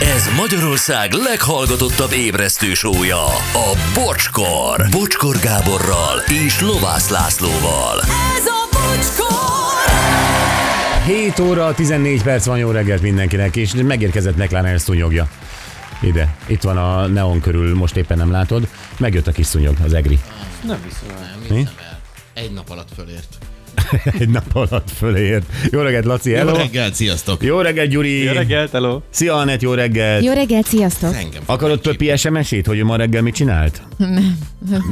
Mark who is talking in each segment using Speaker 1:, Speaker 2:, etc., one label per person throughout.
Speaker 1: Ez Magyarország leghallgatottabb ébresztő sója, a Bocskor. Bocskor Gáborral és Lovász Lászlóval.
Speaker 2: Ez a bocskor!
Speaker 3: 7 óra, 14 perc van, jó reggelt mindenkinek, és megérkezett McLaren szúnyogja. Ide, itt van a neon körül, most éppen nem látod. Megjött a kis szúnyog, az egri.
Speaker 4: Nem hiszem el.
Speaker 5: Nem hiszem el. Egy nap alatt fölért.
Speaker 3: Egy nap alatt fölért. Jó reggelt, Laci,
Speaker 5: Jó
Speaker 3: hello.
Speaker 5: reggelt, sziasztok!
Speaker 3: Jó reggelt, Gyuri.
Speaker 4: Jó reggelt, hello.
Speaker 3: Szia, Anett, jó reggelt.
Speaker 6: Jó reggelt, sziasztok!
Speaker 5: Engem fog
Speaker 3: Akarod
Speaker 5: megképni.
Speaker 3: többi SMS-ét, hogy ő ma reggel mit csinált? Nem.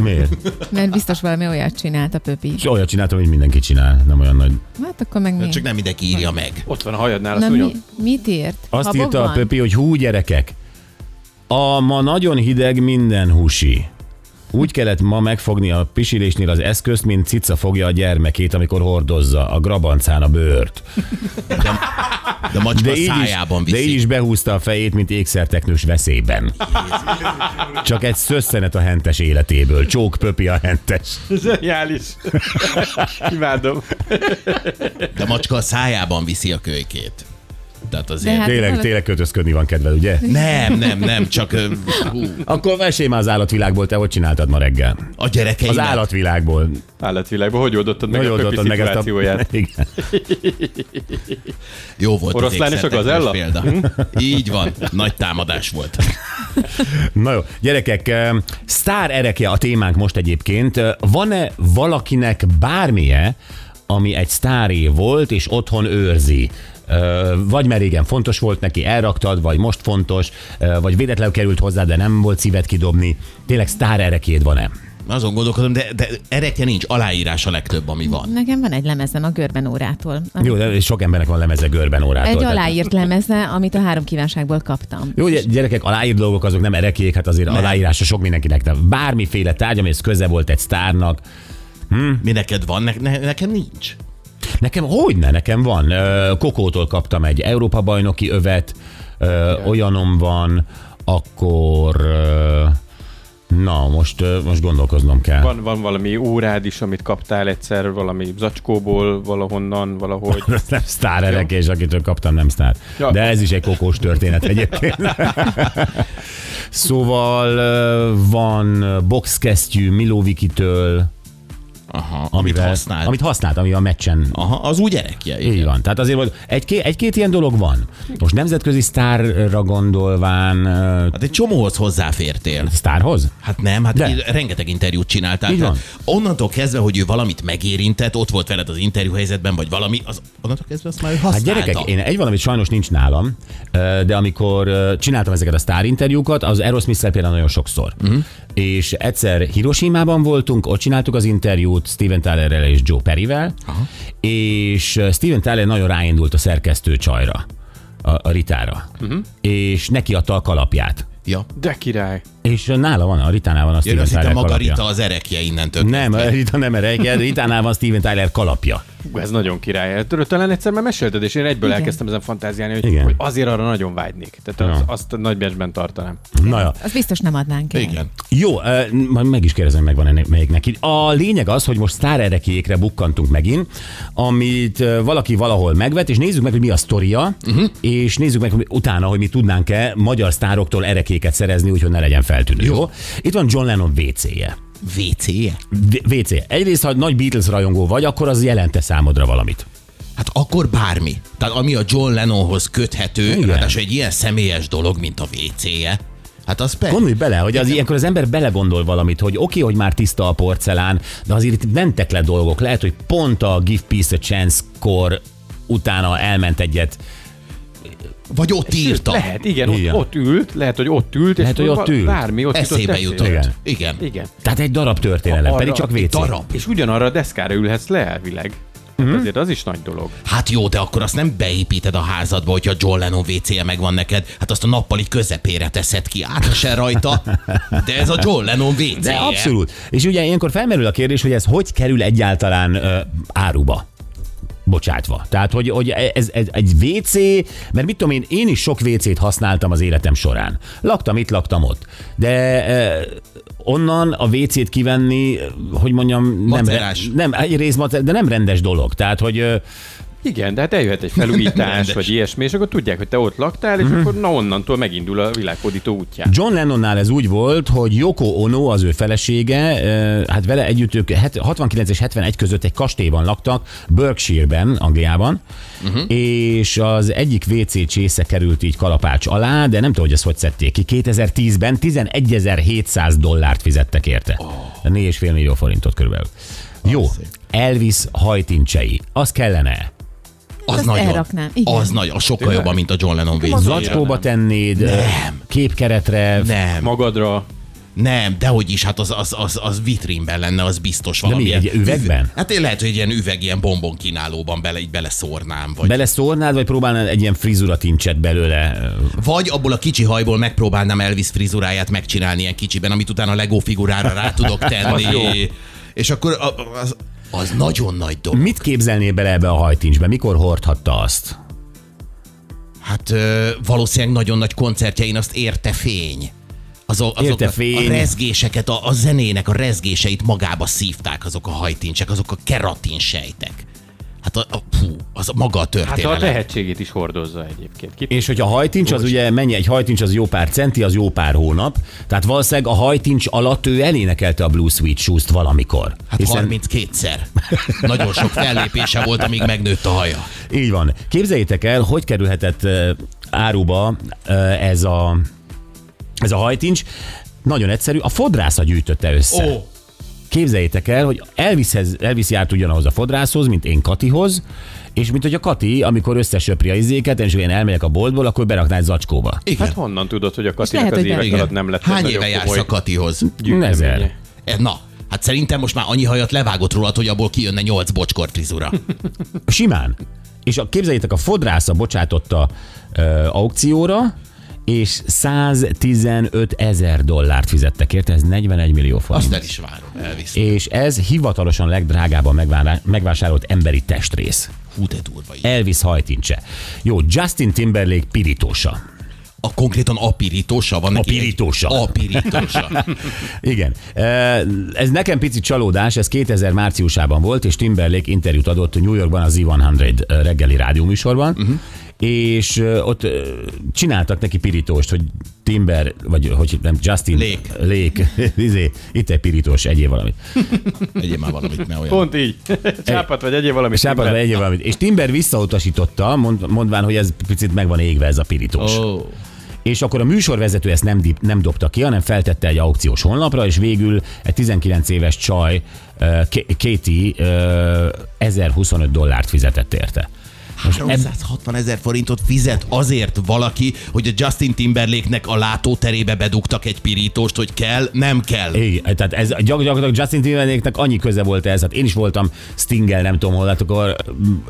Speaker 3: Miért?
Speaker 6: Mert biztos valami olyat csinált a Pöpi.
Speaker 3: És olyat csináltam, hogy mindenki csinál, nem olyan nagy.
Speaker 6: Hát akkor meg mi?
Speaker 5: Csak nem mindenki írja meg.
Speaker 4: Ott van a hajadnál a
Speaker 6: Na, mi,
Speaker 4: szúnyog.
Speaker 6: mit írt?
Speaker 3: Azt
Speaker 6: Habokban?
Speaker 3: írta a Pöpi, hogy hú gyerekek, a ma nagyon hideg minden husi. Úgy kellett ma megfogni a pisilésnél az eszközt, mint cica fogja a gyermekét, amikor hordozza a grabancán a bőrt.
Speaker 5: De macska
Speaker 3: De így,
Speaker 5: szájában
Speaker 3: is, de így
Speaker 5: viszi.
Speaker 3: is behúzta a fejét, mint ékszerteknős veszélyben. Csak egy szösszenet a hentes életéből. Csók Pöpi a hentes.
Speaker 4: Zseniális. Imádom.
Speaker 5: De macska a szájában viszi a kölykét. Tehát azért...
Speaker 6: De hát-
Speaker 3: Tényleg, tényleg kötözködni van kedved, ugye?
Speaker 5: Nem, nem, nem, csak ö, hú,
Speaker 3: Akkor mesélj már az állatvilágból, te hogy csináltad ma reggel?
Speaker 5: a gyerekeimet.
Speaker 3: Az állatvilágból.
Speaker 4: Állatvilágban, hogy oldottad meg
Speaker 3: Hogy
Speaker 4: a köpi
Speaker 3: oldottad meg ezt a...
Speaker 4: szituációját?
Speaker 3: Igen.
Speaker 5: Jó volt az
Speaker 4: Oroszlán és a
Speaker 5: ékszerteknős
Speaker 4: gazella?
Speaker 5: Példa.
Speaker 3: Hm?
Speaker 5: Így van, nagy támadás volt.
Speaker 3: Na jó, gyerekek, em, sztár erekje a témánk most egyébként. Eh, Van-e valakinek bármije, ami egy sztáré volt, és otthon őrzi? Ö, Vagy már régen fontos volt neki, elraktad, vagy most fontos, ö, vagy véletlenül került hozzá, de nem volt szíved kidobni. Tényleg sztár erekjéd van-e?
Speaker 5: Azon gondolkodom, de, de erekje nincs, aláírás a legtöbb, ami van.
Speaker 6: Nekem van egy lemezem a Görben órától. Ami-
Speaker 3: Jó, hát de sok embernek van lemeze görben órától.
Speaker 6: Egy
Speaker 3: tehát-
Speaker 6: aláírt lemeze, amit a három kívánságból kaptam.
Speaker 3: Jó, gy- gyerekek, aláírt dolgok azok nem erekék, hát azért nem. aláírása sok mindenkinek. De bármiféle tárgy, amihez köze volt egy sztárnak, Hm.
Speaker 5: Mi neked van, ne, ne, nekem nincs.
Speaker 3: Nekem hogyne, nekem van. Ö, Kokótól kaptam egy Európa-bajnoki övet, ö, olyanom van, akkor... ö, Na, most, ö, most gondolkoznom kell.
Speaker 4: Van, van valami órád is, amit kaptál egyszer, valami zacskóból, valahonnan, valahogy.
Speaker 3: Ez nem sztár erek, és akitől kaptam nem sztár.
Speaker 4: Ja.
Speaker 3: De ez is egy kokós történet egyébként. szóval ö, van boxkesztyű Milovikitől,
Speaker 5: Aha, amit
Speaker 3: amivel-
Speaker 5: használ.
Speaker 3: Amit Hm. használt, ami a meccsen
Speaker 5: Aha, az úgy erekje. igen.
Speaker 3: Így van. Tehát azért hogy egy-két, egy-két ilyen dolog van. Most nemzetközi sztárra gondolván, ö,
Speaker 5: Hát egy csomóhoz hozzáfértél.
Speaker 3: sztárhoz?
Speaker 5: Hát nem, hát
Speaker 3: De.
Speaker 5: De. rengeteg interjút csináltál.
Speaker 3: Így
Speaker 5: tehát
Speaker 3: van.
Speaker 5: Onnantól kezdve, hogy ő valamit megérintett, ott volt veled az interjúhelyzetben, vagy valami, az onnantól kezdve azt már ő
Speaker 3: Hát
Speaker 5: használta.
Speaker 3: gyerekek, én egy valamit sajnos nincs nálam, ö, de amikor ö, csináltam ezeket a sztárinterjúkat, az Eros smith például nagyon sokszor.
Speaker 5: Mhm.
Speaker 3: Uh-huh. És egyszer Hiroshima-ban voltunk, ott csináltuk az interjút Steven Tylerrel és Joe Perryvel, Aha. és ö, Steven Tyler nagyon ráindult a szerkesztő csajra, a, a Ritára,
Speaker 5: Mhm.
Speaker 3: uh-huh. és neki adta a kalapját.
Speaker 5: Ja.
Speaker 4: De király.
Speaker 3: És ö, nála van, a Ritánál van a
Speaker 5: Jön
Speaker 3: Steven
Speaker 5: azt hittem,
Speaker 3: Tyler
Speaker 5: maga
Speaker 3: kalapja.
Speaker 5: Rita az erekje innentől.
Speaker 3: Nem, Rita nem erejkel, Ritánál van Steven Tyler kalapja.
Speaker 4: Ú, Ez nagyon király. Tudod, talán egyszer már mesélted, és én egyből Igen. elkezdtem ezen fantáziálni, hogy,
Speaker 3: Igen.
Speaker 4: hogy azért arra nagyon vágynék. Tehát
Speaker 3: Ja.
Speaker 4: az, azt nagybecsben tartanám.
Speaker 3: Na ja.
Speaker 6: Az biztos nem adnánk el.
Speaker 5: Igen.
Speaker 3: Jó, ö, majd meg is kérdezem, meg van ennek melyik neki. A lényeg az, hogy most sztárerekékre bukkantunk megint, amit ö, valaki valahol megvet, és nézzük meg, hogy mi a sztoria, uh-huh. és nézzük meg hogy utána, hogy mi tudnánk-e magyar sztároktól erekéket szerezni, úgyhogy ne legyen feltűnő. Jó. Jó? Itt van John Lennon WC-je.
Speaker 5: wc -je?
Speaker 3: V- WC. Egyrészt, ha nagy Beatles rajongó vagy, akkor az jelente számodra valamit.
Speaker 5: Hát akkor bármi. Tehát ami a John Lennonhoz köthető,
Speaker 3: Igen.
Speaker 5: Igen. ráadásul egy ilyen személyes dolog, mint a wc -je, Hát az persze.
Speaker 3: Gondolj bele, hogy az ilyenkor az ember belegondol valamit, hogy oké, hogy már tiszta a porcelán, de azért itt mentek le dolgok. Lehet, hogy pont a Give Peace a Chance-kor utána elment egyet.
Speaker 5: Vagy ott írta.
Speaker 4: Lehet, igen, ott,
Speaker 3: Igen.
Speaker 4: ott ült, lehet, hogy ott ült, és
Speaker 3: Lehet, hogy
Speaker 4: akkor
Speaker 3: ott ült.
Speaker 4: bármi ott
Speaker 5: Eszébe jutott.
Speaker 4: eszébe.
Speaker 5: Igen.
Speaker 3: Igen.
Speaker 5: Igen.
Speaker 4: Igen.
Speaker 3: Tehát egy darab történelem,
Speaker 4: Arra-
Speaker 3: pedig csak WC.
Speaker 5: Darab.
Speaker 4: És ugyanarra a deszkára ülhetsz le elvileg. Uh-huh. Azért az is nagy dolog.
Speaker 5: Hát jó, de akkor azt nem beépíted a házadba, hogyha John Lennon WC-je megvan neked, hát azt a nappali közepére teszed ki, átesel rajta, de ez a John Lennon WC-je.
Speaker 3: De abszolút. És ugye ilyenkor felmerül a kérdés, hogy ez hogy kerül egyáltalán ö, áruba? bocsátva. Tehát, hogy, hogy ez, ez egy WC, mert mit tudom én, én is sok WC-t használtam az életem során. Laktam itt, laktam ott. De eh, onnan a WC-t kivenni, hogy mondjam, nem,
Speaker 5: Macerás.
Speaker 3: nem egyrészt, macer- de nem rendes dolog. Tehát, hogy eh,
Speaker 4: Igen, de hát eljöhet egy felújítás, vagy ilyesmi, és akkor tudják, hogy te ott laktál, és akkor na onnantól megindul a világhódító útján.
Speaker 3: John Lennonnál ez úgy volt, hogy Yoko Ono, az ő felesége, eh, hát vele együtt ők het- 69 és 71 között egy kastélyban laktak, Berkshire-ben, Angliában, uh-huh. és az egyik WC csésze került így kalapács alá, de nem tudom, hogy ezt hogy szedték ki. 2010-ben 11.700 dollárt fizettek érte. Oh. 4,5 millió forintot körülbelül. Jó, Elvis hajtincsei. Az kellene.
Speaker 5: Az
Speaker 6: Azt
Speaker 5: nagyon.
Speaker 6: elraknám, igen.
Speaker 5: Az nagy, az sokkal jobban, mint a John Lennon vécé.
Speaker 3: Zacskóba tennéd, nem. képkeretre,
Speaker 5: Nem,
Speaker 4: Magadra
Speaker 5: nem, de hogy is, hát az, az, az, az vitrínben lenne, az biztos valami.
Speaker 3: mi, egy
Speaker 5: ilyen-
Speaker 3: üvegben?
Speaker 5: Hát én lehet, hogy egy ilyen üveg, ilyen bombon kínálóban bele, így beleszórnám, vagy
Speaker 3: beleszórnád, vagy próbálnál egy ilyen frizuratincset belőle
Speaker 5: Vagy abból a kicsi hajból megpróbálnám Elvis frizuráját megcsinálni ilyen kicsiben, amit utána a Lego figurára rá tudok tenni. És akkor a- az, az nagyon nagy dolog.
Speaker 3: Mit képzelnél bele ebbe a hajtincsbe? Mikor hordhatta azt?
Speaker 5: Hát ö, valószínűleg nagyon nagy koncertjein azt érte fény. Azok, azok
Speaker 3: Érte
Speaker 5: a-
Speaker 3: fény.
Speaker 5: a rezgéseket, a, a zenének a rezgéseit magába szívták azok a hajtincsek, azok a keratinsejtek. Hát a, a, hú, az a maga a
Speaker 4: Hát a
Speaker 5: történelem.
Speaker 4: tehetségét is hordozza egyébként. Ki
Speaker 3: És hogyha hajtincs, az ugye mennyi? Egy hajtincs az jó pár centi, az jó pár hónap. Tehát valószínűleg a hajtincs alatt ő elénekelte a Blue Sweet Shoes-t valamikor.
Speaker 5: Hát
Speaker 3: Hiszen-
Speaker 5: 32-szer. Nagyon sok fellépése volt, amíg megnőtt a haja.
Speaker 3: Így van. Képzeljétek el, hogy kerülhetett ö, áruba ö, ez a, ez a hajtincs. Nagyon egyszerű, a fodrásza gyűjtötte össze.
Speaker 5: Ó,
Speaker 3: Képzeljétek el, hogy Elvishez, Elvis járt ugyanahoz a fodrászhoz, mint én Katihoz, és mint hogy a Kati, amikor összesöpri a izéket, és én elmegyek a boltból, akkor berakná egy zacskóba.
Speaker 5: igen.
Speaker 4: Hát honnan tudod, hogy a
Speaker 6: lehet,
Speaker 4: Katinak az
Speaker 6: hogy
Speaker 4: évek
Speaker 6: benne-
Speaker 4: alatt nem lett
Speaker 5: Hány
Speaker 4: egy
Speaker 5: éve
Speaker 4: nagyon
Speaker 5: jársz
Speaker 4: komoly
Speaker 5: a Katihoz?
Speaker 4: gyűjteménye?
Speaker 3: Ezer.
Speaker 5: E, Na, hát szerintem most már annyi hajat levágott rólad, hogy abból kijönne 8 bocskor frizura.
Speaker 3: Simán. És a, képzeljétek, a fodrásza bocsátotta ö, aukcióra, és 115 ezer dollárt fizettek érte, ez 41 millió forint.
Speaker 5: Azt el is várom, elvisz.
Speaker 3: És ez hivatalosan legdrágábban megvárá- megvásárolt emberi testrész.
Speaker 5: Hú, de durva így.
Speaker 3: Elvis hajtincse. Jó, Justin Timberlake pirítósa.
Speaker 5: A konkrétan apirítósa van neki.
Speaker 3: Apirítósa.
Speaker 5: Egy... Apirítósa.
Speaker 3: Igen. E, Ez nekem picit csalódás, ez 2000 márciusában volt, és Timberlake interjút adott New Yorkban az Z100 reggeli rádióműsorban, uh-huh. és ö, ott ö, csináltak neki pirítóst, hogy Timber, vagy hogy nem, Justin
Speaker 5: Lake.
Speaker 3: Lake. Izé, itt egy pirítós, egyéb valamit.
Speaker 5: Egyéb már valamit, ne olyan.
Speaker 4: Pont így. Csápat vagy egyéb valami.
Speaker 3: Sápad,
Speaker 4: színben.
Speaker 3: egyéb valamit. És Timber visszautasította, mond, mondván, hogy ez picit meg van égve ez a pirítós.
Speaker 5: Ó,
Speaker 3: És akkor a műsorvezető ezt nem, dip, nem dobta ki, hanem feltette egy aukciós honlapra, és végül egy 19 éves csaj, uh, Katie, uh, 1025 dollárt fizetett érte.
Speaker 4: Hát,
Speaker 5: 360 ezer forintot fizet azért valaki, hogy a Justin Timberlake-nek a látóterébe bedugtak egy pirítóst, hogy kell, nem kell.
Speaker 3: Igen, tehát ez gyak- gyakorlatilag Justin Timberlake-nek annyi köze volt ez, hát én is voltam Stingel, nem tudom hol, hát akkor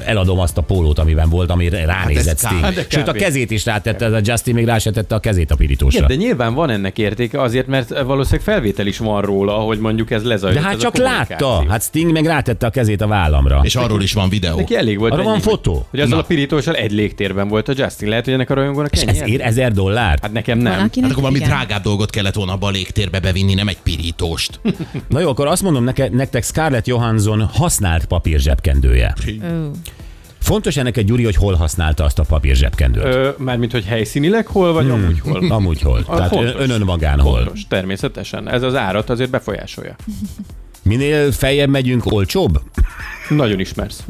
Speaker 3: eladom azt a pólót, amiben volt, ami ránézett
Speaker 5: kár.
Speaker 3: Sting.
Speaker 5: Hát
Speaker 4: de
Speaker 3: Sőt, a
Speaker 4: kb.
Speaker 3: kezét is rátette, a Justin még rá se tette a kezét a pirítósra.
Speaker 4: Igen, de nyilván van ennek értéke azért, mert valószínűleg felvétel is van róla, ahogy mondjuk ez lezajlott.
Speaker 3: De hát
Speaker 4: ez a
Speaker 3: csak
Speaker 4: kommunikáció.
Speaker 3: látta, hát Sting meg rátette a kezét a vállamra.
Speaker 5: És arról is van videó.
Speaker 4: Neki elég volt.
Speaker 3: Arra
Speaker 4: ennyi,
Speaker 3: van
Speaker 4: hogy-
Speaker 3: fotó?
Speaker 4: Hogy azzal
Speaker 5: Na.
Speaker 4: a pirítóssal egy légtérben volt a Justin. Lehet, hogy ennek a rajongónak
Speaker 3: És ez
Speaker 4: ennyi.
Speaker 3: ér 1000 dollárt?
Speaker 4: Hát nekem
Speaker 6: Van,
Speaker 4: nem.
Speaker 5: Hát
Speaker 6: akinek
Speaker 5: akkor valami
Speaker 6: igen.
Speaker 5: drágább dolgot kellett volna abba a légtérbe bevinni, nem egy pirítóst.
Speaker 3: Na jó, akkor azt mondom neke, nektek Scarlett Johansson használt papír zsebkendője.
Speaker 6: Ó.
Speaker 3: Fontos ennek egy Gyuri, hogy hol használta azt a papír zsebkendőt.
Speaker 4: Ö, Mármint, hogy helyszínileg hol vagy,
Speaker 3: Hmm.
Speaker 4: amúgy hol.
Speaker 3: Amúgy hol. Tehát
Speaker 4: fontos.
Speaker 3: önön magán hol.
Speaker 4: Fontos, természetesen. Ez az árat azért befolyásolja.
Speaker 3: Minél feljebb megyünk, olcsóbb?
Speaker 4: Nagyon ismersz.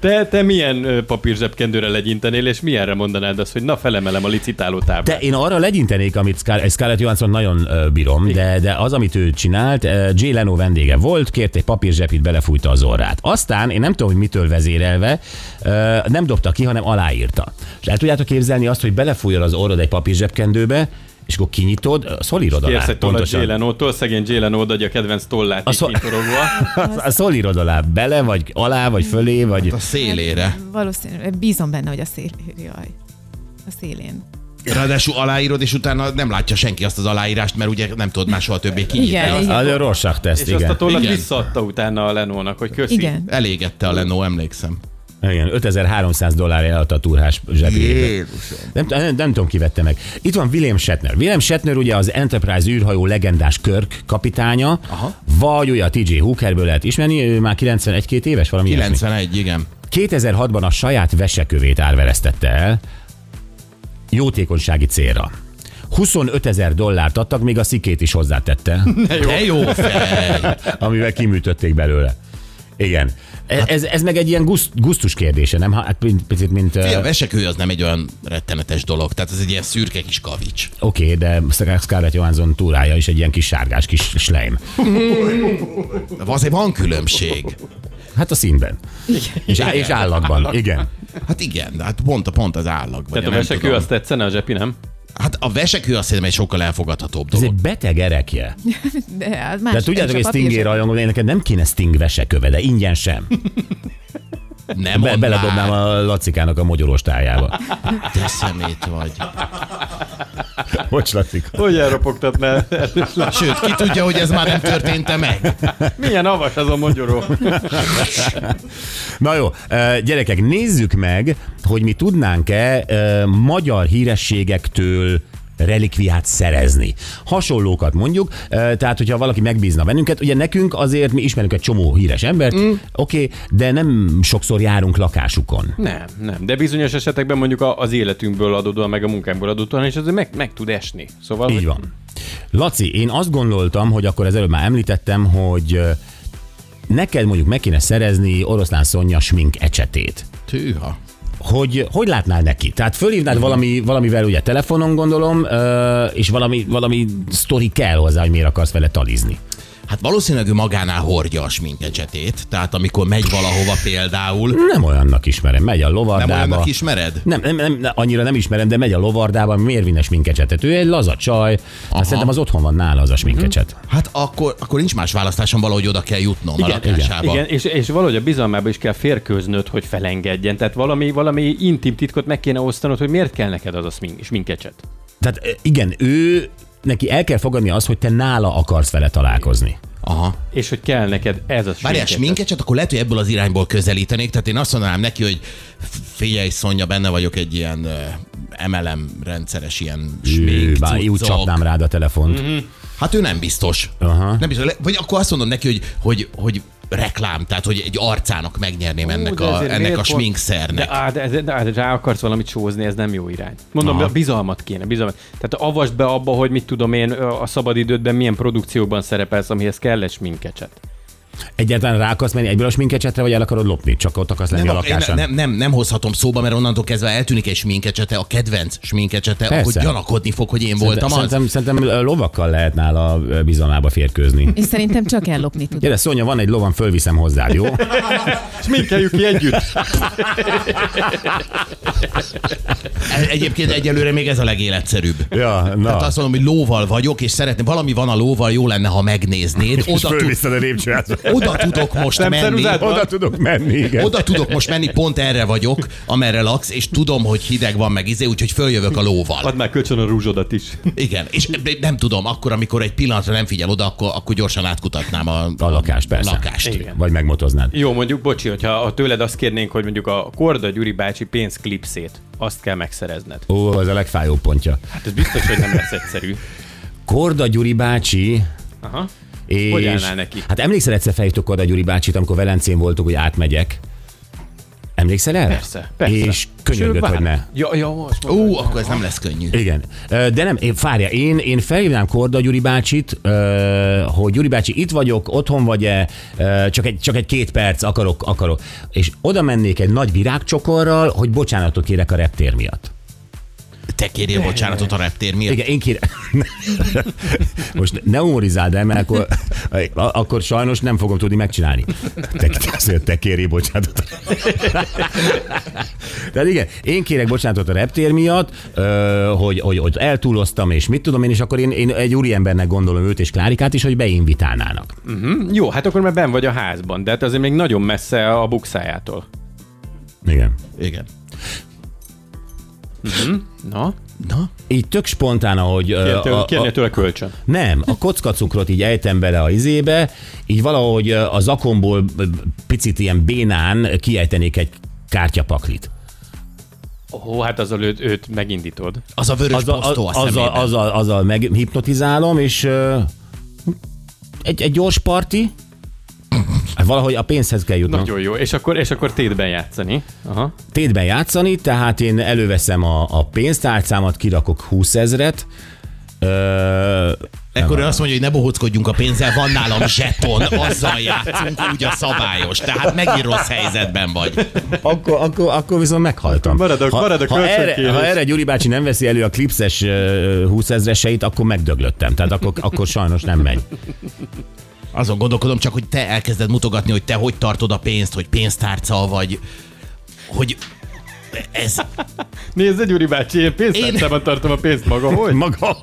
Speaker 4: Te, te milyen ö, papírzsebkendőre legyintenél, és milyenre mondanád azt, hogy na felemelem a licitáló táblát?
Speaker 3: De én arra legyintenék, amit Scar- eh, Scarlett Johansson nagyon ö, bírom, de, de az, amit ő csinált, ö, Jay Leno vendége volt, kért egy papírzsepit, belefújta az orrát. Aztán, én nem tudom, hogy mitől vezérelve, ö, nem dobta ki, hanem aláírta. És el tudjátok képzelni azt, hogy belefújol az orrod egy papírzsebkendőbe, és akkor kinyitod, ö, szolírod alá.
Speaker 4: Kérsz egy tollat
Speaker 3: pontosan.
Speaker 4: Jélenótól, szegény Jélenó adja a kedvenc tollát, így
Speaker 3: szó-
Speaker 4: kintorogva.
Speaker 3: A szolírod alá, bele, vagy alá, vagy fölé, vagy...
Speaker 5: A szélére.
Speaker 6: Valószínűleg bízom benne, hogy a szél... Jaj. A szélén.
Speaker 5: Ráadásul aláírod, és utána nem látja senki azt az aláírást, mert ugye nem tudod már soha többé kinyitni.
Speaker 6: Igen.
Speaker 5: Azt
Speaker 3: Az a Rorschach teszt,
Speaker 4: És azt
Speaker 3: igen.
Speaker 4: a tollat
Speaker 5: Igen.
Speaker 4: visszaadta utána a Lenónak, hogy köszi.
Speaker 6: Igen.
Speaker 5: Elégette a Leno, emlékszem.
Speaker 3: Igen, 5300 dollár eladta a turhás zsebébe. Nem, nem, nem tudom, ki vette meg. Itt van William Shatner. William Shatner ugye az Enterprise űrhajó legendás Körk kapitánya, Aha. vagy ugye a TJ Hookerből lehet ismerni, ő már 91-2 éves, valami ilyesmi.
Speaker 5: 91, igen.
Speaker 3: 2006-ban a saját vesekövét árveresztette el jótékonysági célra. 25 ezer dollárt adtak, még a szikét is hozzátette,
Speaker 5: De jó fej.
Speaker 3: amivel kiműtötték belőle. Igen. E- Ez, ez meg egy ilyen guszt, gusztus kérdése, nem? Hát p- picit, mint... ö,
Speaker 5: Fia, vesekő az nem egy olyan rettenetes dolog, tehát ez egy ilyen szürke kis kavics.
Speaker 3: Oké, okay, de Scar- Scarlett Johansson túrája is egy ilyen kis sárgás kis slime.
Speaker 5: De Azért van különbség.
Speaker 3: Hát a színben. És, á- és állagban, igen.
Speaker 5: Hát igen, de hát pont a pont az állag. Vagy
Speaker 4: Tehát a
Speaker 5: nem
Speaker 4: vesekő
Speaker 5: tudom.
Speaker 4: azt tetszene a zsepi, nem?
Speaker 5: Hát a vesekő azt szerintem egy sokkal elfogadhatóbb
Speaker 3: Ez
Speaker 5: dolog.
Speaker 3: egy beteg erekje.
Speaker 6: De, az más,
Speaker 3: De tudjátok,
Speaker 6: Hát, és
Speaker 3: hogy
Speaker 6: a papír-
Speaker 3: Stingé rajongó, de én neked nem kéne Sting veseköve, de ingyen sem.
Speaker 5: Nem
Speaker 3: Be-
Speaker 5: mondd
Speaker 3: beledobnám
Speaker 5: már.
Speaker 3: a lacikának a mogyoros tájába.
Speaker 5: Te szemét vagy.
Speaker 3: Bocs, Lacika.
Speaker 4: Hogy elropogtatná?
Speaker 5: Sőt, ki tudja, hogy ez már nem történt meg?
Speaker 4: Milyen avas az a magyaró?
Speaker 3: Na jó, ö, gyerekek, nézzük meg, hogy mi tudnánk-e ö, magyar hírességektől relikviát szerezni. Hasonlókat mondjuk, ö, tehát hogyha valaki megbízna bennünket, ugye nekünk azért mi ismerünk egy csomó híres embert, mm. oké, okay, de nem sokszor járunk lakásukon.
Speaker 4: Nem, nem. De bizonyos esetekben mondjuk a- az életünkből adódóan, meg a munkánkból adódóan, és azért meg, meg tud esni. Szóval
Speaker 3: Így van. Laci, én azt gondoltam, hogy akkor az előbb már említettem, hogy ö, neked mondjuk meg kéne szerezni oroszlán szonya smink ecsetét.
Speaker 5: Tűha.
Speaker 3: hogy hogy látnál neki? Tehát fölhívnád valami, valamivel ugye telefonon gondolom, ö, és valami, valami sztori kell hozzá, hogy miért akarsz vele talizni.
Speaker 5: Hát valószínűleg ő magánál hordja a sminkecsetét, tehát amikor megy valahova például,
Speaker 3: Nem olyannak ismerem, megy a
Speaker 5: nem
Speaker 3: lovardába.
Speaker 5: olyannak ismered?
Speaker 3: nem, nem, nem, nem, annyira nem ismerem, de megy a lovardába, miért vinne sminkecsetet? Ő egy laza csaj, Aha. szerintem az otthon van nála az a sminkecset.
Speaker 5: Hát akkor, akkor nincs más választásom, valahogy oda kell jutnom igen, a lakásába.
Speaker 4: Igen, és, és valahogy a bizalmába is kell férkőznöd, hogy felengedjen. Tehát valami, valami intim titkot meg kéne osztanod, hogy miért kell neked az a smink, sminkecset.
Speaker 3: Tehát ö, igen, ő, neki el kell fogadni azt, hogy te nála akarsz vele találkozni.
Speaker 5: Aha.
Speaker 4: És hogy kell neked ez a
Speaker 5: Várjál,
Speaker 4: sminkecset.
Speaker 5: sminkecset, akkor lehet, hogy ebből az irányból közelítenék, tehát én azt mondanám neki, hogy figyelj, Szonya, benne vagyok egy ilyen ö, MLM rendszeres ilyen
Speaker 3: Ő,
Speaker 5: smink,
Speaker 3: bár, úgy
Speaker 5: cuccok.
Speaker 3: csapnám rád a telefont. Mm-hmm.
Speaker 5: Hát ő nem biztos.
Speaker 3: Aha.
Speaker 5: Nem biztos. Le- Vagy akkor azt mondom neki, hogy, hogy, hogy reklám, tehát hogy egy arcának megnyerném ennek
Speaker 4: Ú, de
Speaker 5: a,
Speaker 4: ezért
Speaker 5: ennek
Speaker 4: miért
Speaker 5: a
Speaker 4: pont-
Speaker 5: sminkszernek.
Speaker 4: De, á, de, de, de, de rá akarsz valamit sózni, ez nem jó irány. Mondom, Aha. bizalmat kéne, bizalmat. Tehát avasd be abba, hogy mit tudom én, ö, a szabadidődben milyen produkcióban szerepelsz, amihez kell egy sminkecset.
Speaker 3: Egyáltalán rá akarsz menni egyből a sminkecsetre, vagy el akarod lopni? Csak ott akarsz lenni
Speaker 5: Nem,
Speaker 3: a
Speaker 5: én
Speaker 3: lakásán?
Speaker 5: nem, nem, nem hozhatom szóba, mert onnantól kezdve eltűnik egy sminkecsete, a kedvenc sminkecsete,
Speaker 3: Persze.
Speaker 5: akkor gyanakodni fog, hogy én voltam az.
Speaker 3: Szerintem, szerintem ö, lovakkal lehet nála ö, bizalmába férkőzni.
Speaker 6: És szerintem csak ellopni tud.
Speaker 3: Gyere, Szonya, van egy lovam, fölviszem hozzá, jó?
Speaker 4: Sminkeljük ki együtt.
Speaker 5: E- Egyébként egyelőre még ez a legéletszerűbb.
Speaker 4: Hát
Speaker 3: Ja, na.
Speaker 5: Tehát azt mondom, hogy lóval vagyok, és szeretném, valami van a lóval, jó lenne, ha megnéznéd. Oda, tud,
Speaker 3: a lépcsőházba.
Speaker 5: oda tudok most
Speaker 4: Nem
Speaker 5: menni.
Speaker 4: ceruzát?
Speaker 3: Oda tudok menni, igen.
Speaker 5: Oda tudok most menni, pont erre vagyok, amerre laksz, és tudom, hogy hideg van meg izé, úgyhogy följövök a lóval.
Speaker 4: Add már kölcsön a rúzsodat is.
Speaker 3: Hát-
Speaker 5: Igen, és de nem tudom, akkor, amikor egy pillanatra nem figyel oda, akkor, akkor gyorsan átkutatnám a,
Speaker 3: A lakást, persze.
Speaker 5: lakást.
Speaker 4: Igen.
Speaker 3: Vagy megmotoznád.
Speaker 4: Jó, mondjuk, bocsi, hogyha a tőled azt kérnénk, hogy mondjuk a Korda Gyuri bácsi pénzklipszét, azt kell megszerezned.
Speaker 3: Ó, ez a legfájóbb pontja.
Speaker 4: Hát ez biztos, hogy nem lesz egyszerű.
Speaker 3: Korda Gyuri bácsi,
Speaker 4: Aha.
Speaker 3: és...
Speaker 4: Hogy állnál neki?
Speaker 3: Hát emlékszel egyszer felhívtuk Korda Gyuri bácsit, amikor Velencén voltunk, hogy átmegyek? Emlékszel erre?
Speaker 4: Persze, persze.
Speaker 3: És könyörgött,
Speaker 4: Sőt,
Speaker 3: hogy
Speaker 4: bár-
Speaker 3: ne.
Speaker 4: Ja, ja, azt mondom.
Speaker 5: Ú, akkor ez nem lesz könnyű.
Speaker 3: Igen. Ö, De nem, én, várja, én, én felhívnám Korda Gyuri bácsit, ö, hogy Gyuri bácsi, itt vagyok, otthon vagy-e, ö, csak egy, csak egy két perc akarok, akarok. És oda mennék egy nagy virágcsokorral, hogy bocsánatot kérek a reptér miatt.
Speaker 5: Te kérjél bocsánatot a reptér miért?
Speaker 3: Igen, én kérem. Most ne humorizáld el, mert akkor, akkor sajnos nem fogom tudni megcsinálni. Te, azért te kéri bocsánatot. Tehát igen, én kérek bocsánatot a reptér miatt, ö, hogy, hogy, hogy eltúloztam, és mit tudom én, és akkor én, én egy úriembernek gondolom őt és Klárikát is, hogy beinvitálnának.
Speaker 4: Jó, hát akkor már ben vagy a házban, de hát azért még nagyon messze a bukszájától.
Speaker 3: Igen.
Speaker 5: Igen.
Speaker 4: Na,
Speaker 5: Na,
Speaker 3: Így tök spontán, ahogy... ö,
Speaker 4: kérje tőle,
Speaker 3: a- a-
Speaker 4: kérje tőle kölcsön.
Speaker 3: Nem, a kockacukrot így ejtem bele a izébe, így valahogy ö, az akomból ö, picit ilyen bénán kiejtenék egy kártyapaklit.
Speaker 4: Ó, hát azzal őt, őt megindítod.
Speaker 5: Az a vörös az
Speaker 3: Azzal,
Speaker 5: posztó a,
Speaker 3: azzal, azzal,
Speaker 5: szemében.
Speaker 3: azzal, azzal meghipnotizálom, és ö, egy, egy gyors parti, Hát valahogy a pénzhez kell jutnom.
Speaker 4: Nagyon jó. És akkor, és akkor tétben játszani. Aha.
Speaker 3: tétben játszani, tehát én előveszem a, a pénztárcámat, kirakok 20 ezret, Ö,
Speaker 5: Ekkor ő azt mondja, hogy ne bohóckodjunk a pénzzel, van nálam zseton, azzal játszunk, úgy a szabályos. Tehát megint rossz helyzetben vagy.
Speaker 3: akkor, akkor, akkor viszont meghaltam.
Speaker 4: Marad a- marad a
Speaker 3: ha, erre,
Speaker 4: költségkérés.
Speaker 3: ha erre Gyuri bácsi nem veszi elő a klipszes ö, 20 ezreseit, akkor megdöglöttem. Tehát akkor, akkor sajnos nem megy.
Speaker 5: Azon gondolkodom csak, hogy te elkezded mutogatni, hogy te hogy tartod a pénzt, hogy pénztárca vagy, hogy ez,
Speaker 4: Nézd, Gyuri bácsi, én pénztárcában tartom a pénzt maga, hogy?
Speaker 3: Maga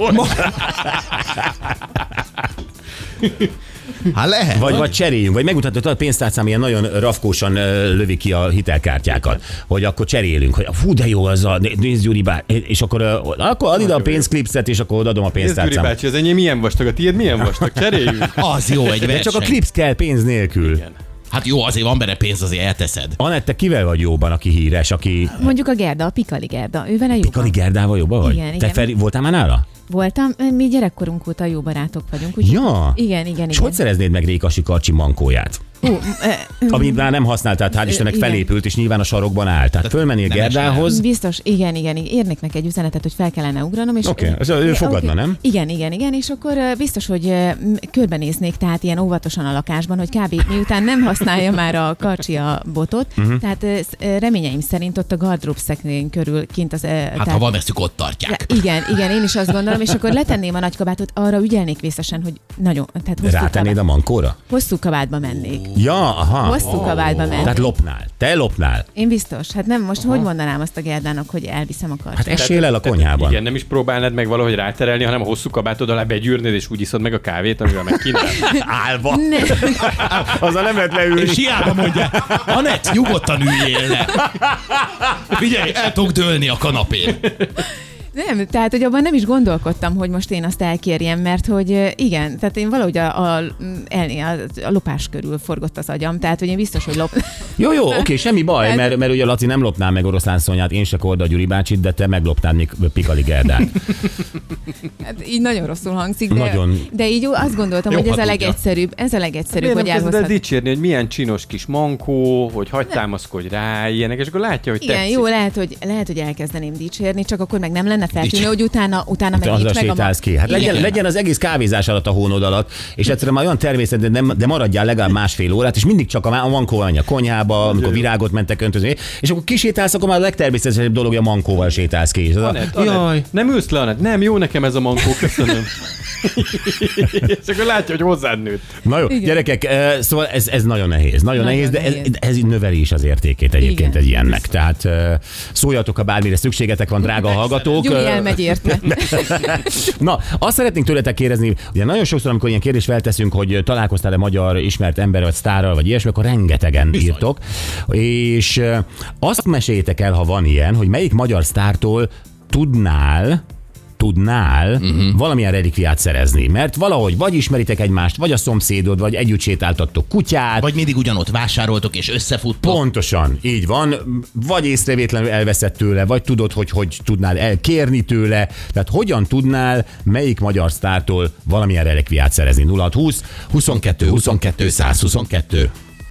Speaker 5: hát lehet.
Speaker 3: Vagy, vagy cseréljünk, vagy megmutatod, hogy a pénztárcám ilyen nagyon rafkósan ö, lövi ki a hitelkártyákat, hogy akkor cserélünk, hogy fú, de jó az a, né- nézd Gyuri bár, és akkor, ö, akkor ad ide a pénzklipszet, és akkor odaadom a
Speaker 4: Nézd, Gyuri
Speaker 3: pénztárcámat.
Speaker 4: bácsi, az enyém milyen vastag, a tiéd milyen vastag, cseréljük.
Speaker 5: Az jó egy
Speaker 3: De
Speaker 5: verseny.
Speaker 3: csak a klipsz kell pénz nélkül.
Speaker 5: Hát jó, azért van benne pénz, azért elteszed.
Speaker 3: Anette, kivel vagy jóban, aki híres, aki
Speaker 6: Mondjuk a Gerda, a Pikali Gerda, ő vele jó.
Speaker 3: Kali Gerdával jóban vagy?
Speaker 6: Igen,
Speaker 3: Te
Speaker 6: igen.
Speaker 3: Feri, voltál már nála?
Speaker 6: Voltam, mi gyerekkorunk óta jó barátok vagyunk. Úgy,
Speaker 3: Ja.
Speaker 6: Igen, igen,
Speaker 3: És
Speaker 6: igen.
Speaker 3: hogy szereznéd meg Rékasi Karcsi mankóját?
Speaker 6: Ú, e,
Speaker 3: Ami már nem használtál, hál' Istennek
Speaker 6: igen.
Speaker 3: felépült, és nyilván a sarokban áll. Tehát fölmennél
Speaker 5: nem
Speaker 3: Gerdához,
Speaker 6: Biztos, igen, igen, igen. Érnék neki egy üzenetet, hogy fel kellene ugranom. és-
Speaker 3: Oké, ez ő
Speaker 6: Oké,
Speaker 3: fogadna,
Speaker 6: oké.
Speaker 3: nem?
Speaker 6: Igen, igen, igen, és akkor ö, biztos, hogy ö, m- körbenéznék, tehát ilyen óvatosan a lakásban, hogy kb. miután nem használja már a karcsi a botot,
Speaker 3: Mhm.
Speaker 6: tehát ö, sz- ö, reményeim szerint ott a gardrób szekrény körül kint az... ö,
Speaker 5: Hát
Speaker 6: tehát-
Speaker 5: ha van veszük, ott tartják.
Speaker 6: Ja, Igen, igen, én is azt gondolom, és akkor letenném a nagykabátot, arra ügyelnék vészesen, hogy nagyon, tehát hosszú,
Speaker 3: rátennéd
Speaker 6: kabát,
Speaker 3: a mankóra?
Speaker 6: hosszú kabátba mennék.
Speaker 3: Ja, aha.
Speaker 6: Hosszú kabátba
Speaker 3: Tehát
Speaker 6: mennék.
Speaker 3: lopnál. Te lopnál.
Speaker 6: Én biztos. Hát nem, most hogy mondanám azt a Gerdának, hogy elviszem a karcsit?
Speaker 3: Hát esél el a konyhában.
Speaker 4: Igen, nem is próbálnád meg valahogy ráterelni, hanem a hosszú kabátod alá begyűrnéd, és úgy iszod meg a kávét, amivel megkínál.
Speaker 3: Állva.
Speaker 6: Ne.
Speaker 3: Azzal nem lehet leülni.
Speaker 5: És hiába mondja, Anett, nyugodtan üljél le. Figyelj, el tudok dőlni a kanapén.
Speaker 6: Nem, tehát hogy abban nem is gondolkodtam, hogy most én azt elkérjem, mert hogy ö, igen, tehát én valahogy a, a, mm, elné- a, a lopás körül forgott az agyam, tehát hogy én biztos, hogy lop...
Speaker 3: Jó, jó, oké, semmi baj,
Speaker 6: Ez-
Speaker 3: mert, mert ugye a Laci nem lopná meg oroszlán szonyát, én se Korda Gyuri bácsit, de te meglopnád még Pikali Gerdát.
Speaker 6: Hát így nagyon rosszul hangzik, de,
Speaker 3: Nagyon. hát
Speaker 6: de így azt gondoltam,
Speaker 5: Jó,
Speaker 6: hogy ez
Speaker 5: ha
Speaker 6: a
Speaker 5: tudja.
Speaker 6: legegyszerűbb, ez a legegyszerűbb,
Speaker 4: Miért nem
Speaker 6: hogy
Speaker 4: kezded el
Speaker 6: elhozhat.
Speaker 4: dicsérni, hogy milyen csinos kis mankó, hogy hagyd támaszkodj rá, ilyenek, és akkor látja, hogy
Speaker 6: Igen,
Speaker 4: tetszik.
Speaker 6: jó, lehet hogy, lehet, hogy elkezdeném dicsérni, csak akkor meg nem lenne feltűnő,
Speaker 5: Dicsérni.
Speaker 6: hogy utána, utána meg
Speaker 3: Te azzal
Speaker 6: nyitd meg a ma...
Speaker 3: sétálsz ki. Hát legyen,
Speaker 5: Igen.
Speaker 3: legyen, az egész kávézás alatt a hónod alatt, és egyszerűen már olyan természet, de, nem, de maradjál legalább másfél órát, és mindig csak a, a mankó anya konyhába, amikor virágot mentek öntözni, és akkor kisétálsz, akkor már a legtermészetesebb dolog, hogy a mankóval sétálsz ki. És az a,
Speaker 4: Anett, Anett, Jaj. Nem ülsz le, Anett? Nem, jó nekem ez a mankó, köszönöm. és akkor látja, hogy hozzád nőtt.
Speaker 3: na jó, Igen.
Speaker 6: Igen.
Speaker 3: gyerekek, eh, szóval ez, ez nagyon nehéz, nagyon,
Speaker 6: Nagyon
Speaker 3: nehéz, de ez,
Speaker 6: nehéz.
Speaker 3: ez növeli is az értékét egyébként
Speaker 6: Igen,
Speaker 3: egy ilyennek. Tehát eh, szóljatok, ha bármire szükségetek van, drága hallgatók.
Speaker 6: Gyuri
Speaker 3: Eh,
Speaker 6: elmegy érte.
Speaker 3: Na, azt szeretnénk tőletek kérdezni, ugye nagyon sokszor, amikor ilyen kérdést felteszünk, hogy találkoztál-e magyar ismert ember vagy sztárral, vagy ilyesmi, akkor rengetegen Bizony. írtok. És ö, azt meséljétek el, ha van ilyen, hogy melyik magyar sztártól tudnál, tudnál uh-huh. valamilyen relikviát szerezni. Mert valahogy vagy ismeritek egymást, vagy a szomszédod, vagy együtt sétáltattok kutyát, vagy
Speaker 5: Vagy mindig ugyanott vásároltok és összefuttok.
Speaker 3: Pontosan, így van. Vagy észrevétlenül elveszett tőle, vagy tudod, hogy hogy tudnál elkérni tőle. Tehát hogyan tudnál melyik magyar sztártól valamilyen relikviát szerezni? 0620 22 22 122.